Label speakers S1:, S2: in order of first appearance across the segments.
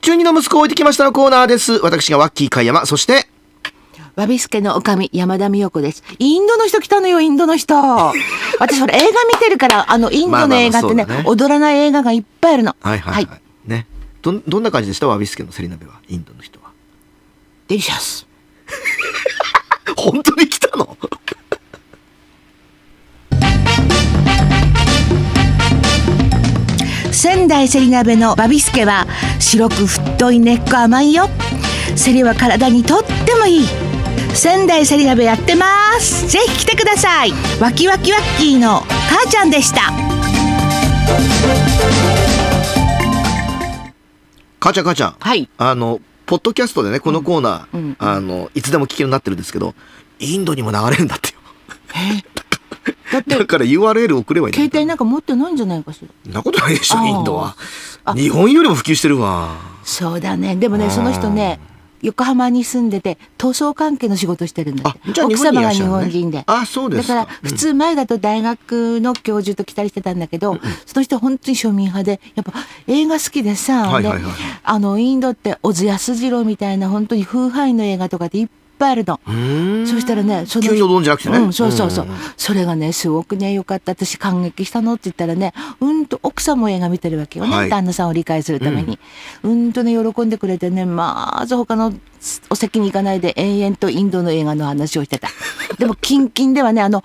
S1: 中二の息子を置いてきましたのコーナーです。私がワッキー貝山、そして、
S2: わびすけのおかみ、山田美代子です。インドの人来たのよ、インドの人。 私、ほら、映画見てるから、あの、インドの映画って
S1: ま
S2: ね、
S1: あまあまあそうだね
S2: 踊らない映画がいっぱいあるの。
S1: はいはいはい。ね。どん、どんな感じでしたワビスケのセリ鍋は、インドの人は。
S2: デリシャス。
S1: 本当に来たの
S2: 仙台セリ鍋のバビスケは白く太い根っこ甘いよセリは体にとってもいい仙台セリ鍋やってますぜひ来てくださいワキワキワッキーの母ちゃんでした
S1: 母ちゃん母ちゃん。
S2: はい
S1: あの、ポッドキャストでね、このコーナー、
S2: うんうん
S1: あの、いつでも聞けるようになってるんですけど、インドにも流れるんだってよ。
S2: だっ て
S1: だから URL 送ればいい
S2: 携帯
S1: な。
S2: なんか持ってないんじゃないかしら
S1: そんなことないでしょ、
S2: あー
S1: インドは
S2: あ。
S1: 日本よりも普及してるわ。
S2: そうだねでもねその人ね横浜に住んでて塗装関係の仕事してるんだって
S1: あじゃあ日
S2: 奥
S1: 本に
S2: 様
S1: いら
S2: が
S1: っし
S2: 日
S1: ゃるのね
S2: 本人で
S1: あそうですか
S2: だから
S1: うん
S2: 普通前だと大学の教授と来たりしてたんだけど、その人本当に庶民派でやっぱ映画好きでさ、
S1: はい
S2: で
S1: はいはい
S2: あのインドって小津安二郎みたいな本当に風範囲の映画とかでいっぱいあるの。
S1: うーん。
S2: そしたらね、その
S1: 急に踊るんじゃなくてね。
S2: うん、そうそうそう。
S1: ん
S2: それがね、すごくね、よかった。私感激したのって言ったらね、うんと奥さんも映画見てるわけよね。
S1: はい
S2: 旦那さんを理解するために。うん、とね、喜んでくれてね、まず他のお席に行かないで延々とインドの映画の話をし てた。でも、キンキンではね、あの、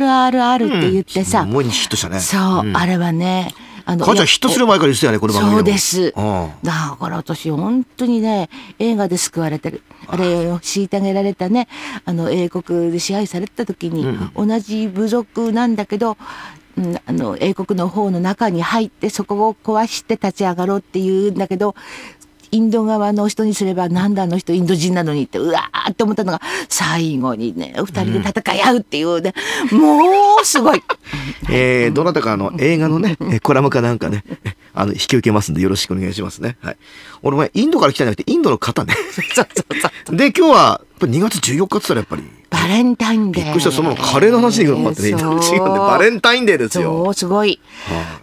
S2: RRR って言ってさ、
S1: もうヒットしたね。
S2: そう、
S1: ん
S2: あれはね、あの、
S1: 母ちゃんヒットする前から言ってたよね、この番組も
S2: そうです
S1: うん
S2: だから私本当にね映画で救われてるあれを虐げられたねあの英国で支配されてた時に、同じ部族なんだけど、うん、あの英国の方の中に入ってそこを壊して立ち上がろうっていうんだけどインド側の人にすればなんだあの人インド人なのにってうわーって思ったのが最後にね二人で戦い合うっていうね、もうすごい
S1: えー、どなたかあの映画のね、えーコラムかなんかね、えあの、引き受けますんでよろしくお願いしますね。はい。俺前、インドから来たんじゃなくて、インドの方ね。
S2: そうそうそう
S1: で、今日は、やっぱ2月14日って言ったらやっぱり、
S2: バレンタインデー
S1: びっくりしたそのままカレーの話に行くのかってね、違
S2: そう
S1: うんで、バレンタインデーです
S2: そ
S1: よ。
S2: う、すごい。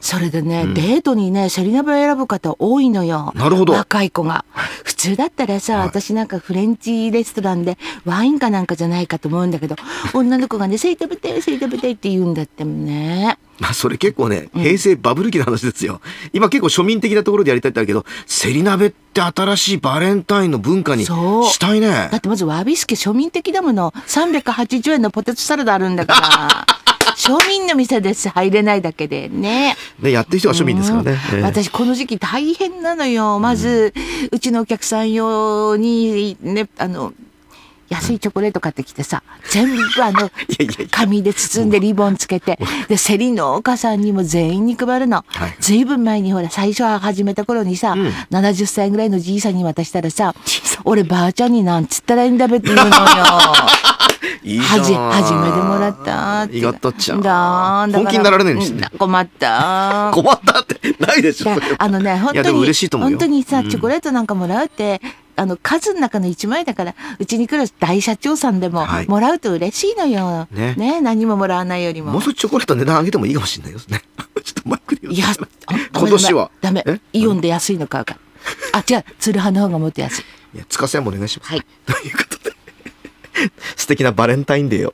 S2: それでね、デートにね、セリ鍋を選ぶ方多いのよ。
S1: なるほど
S2: 若い子が。普通だったらさ、私なんかフレンチレストランでワインかなんかじゃないかと思うんだ けど、女の子がね、セリ食べて、セリ食べてって言うんだってもね。
S1: まあ、それ結構ね、平成バブル期の話ですよ。今結構庶民的なところでやりたいってあるけど、セリ鍋って新しいバレンタインの文化に
S2: そう
S1: したいね
S2: だ。ってまずわびすけ庶民的だもの。380円のポテトサラダあるん だから。庶民の店です。入れないだけでね。
S1: ね、やってる人は庶民ですからね。
S2: うん
S1: えー
S2: 私この時期大変なのよまず、うちのお客さん用にねあの安いチョコレート買ってきてさ全部あの
S1: やいやいや
S2: 紙で包んでリボンつけてでセリ農家さんにも全員に配るの、
S1: はい
S2: ずいぶん前にほら最初は始めた頃にさ、70歳ぐらいのじいさんに渡したらさ俺ばあちゃんになんつったらいいんだべって言うのよ
S1: いいなあ
S2: はじ始めてもらったって
S1: いがったっちゃ
S2: だーだから
S1: 本気になられないようにしてね
S2: うん困った
S1: 困ったってないでしょ
S2: だ
S1: それは
S2: あのね本
S1: いや
S2: 当
S1: でも
S2: に
S1: 嬉しいと思うよ
S2: 本当にさ、
S1: うん
S2: チョコレートなんかもらうってあの数の中の一枚だからうちに来る大社長さんでも、
S1: はい
S2: もらうと嬉しいのよ、
S1: ね
S2: ね何ももらわないよりも
S1: もう。ちょいチョコレートの値段上げてもいいかもしれないですねちょっとマイクで言う
S2: いや
S1: と
S2: あ
S1: 今年は
S2: ダメダメ
S1: え
S2: イオンで安いの買うからあ違うツルハの方がもっと安い
S1: いやつかせんもお願いします、
S2: はい
S1: ということで素敵なバレンタインデーを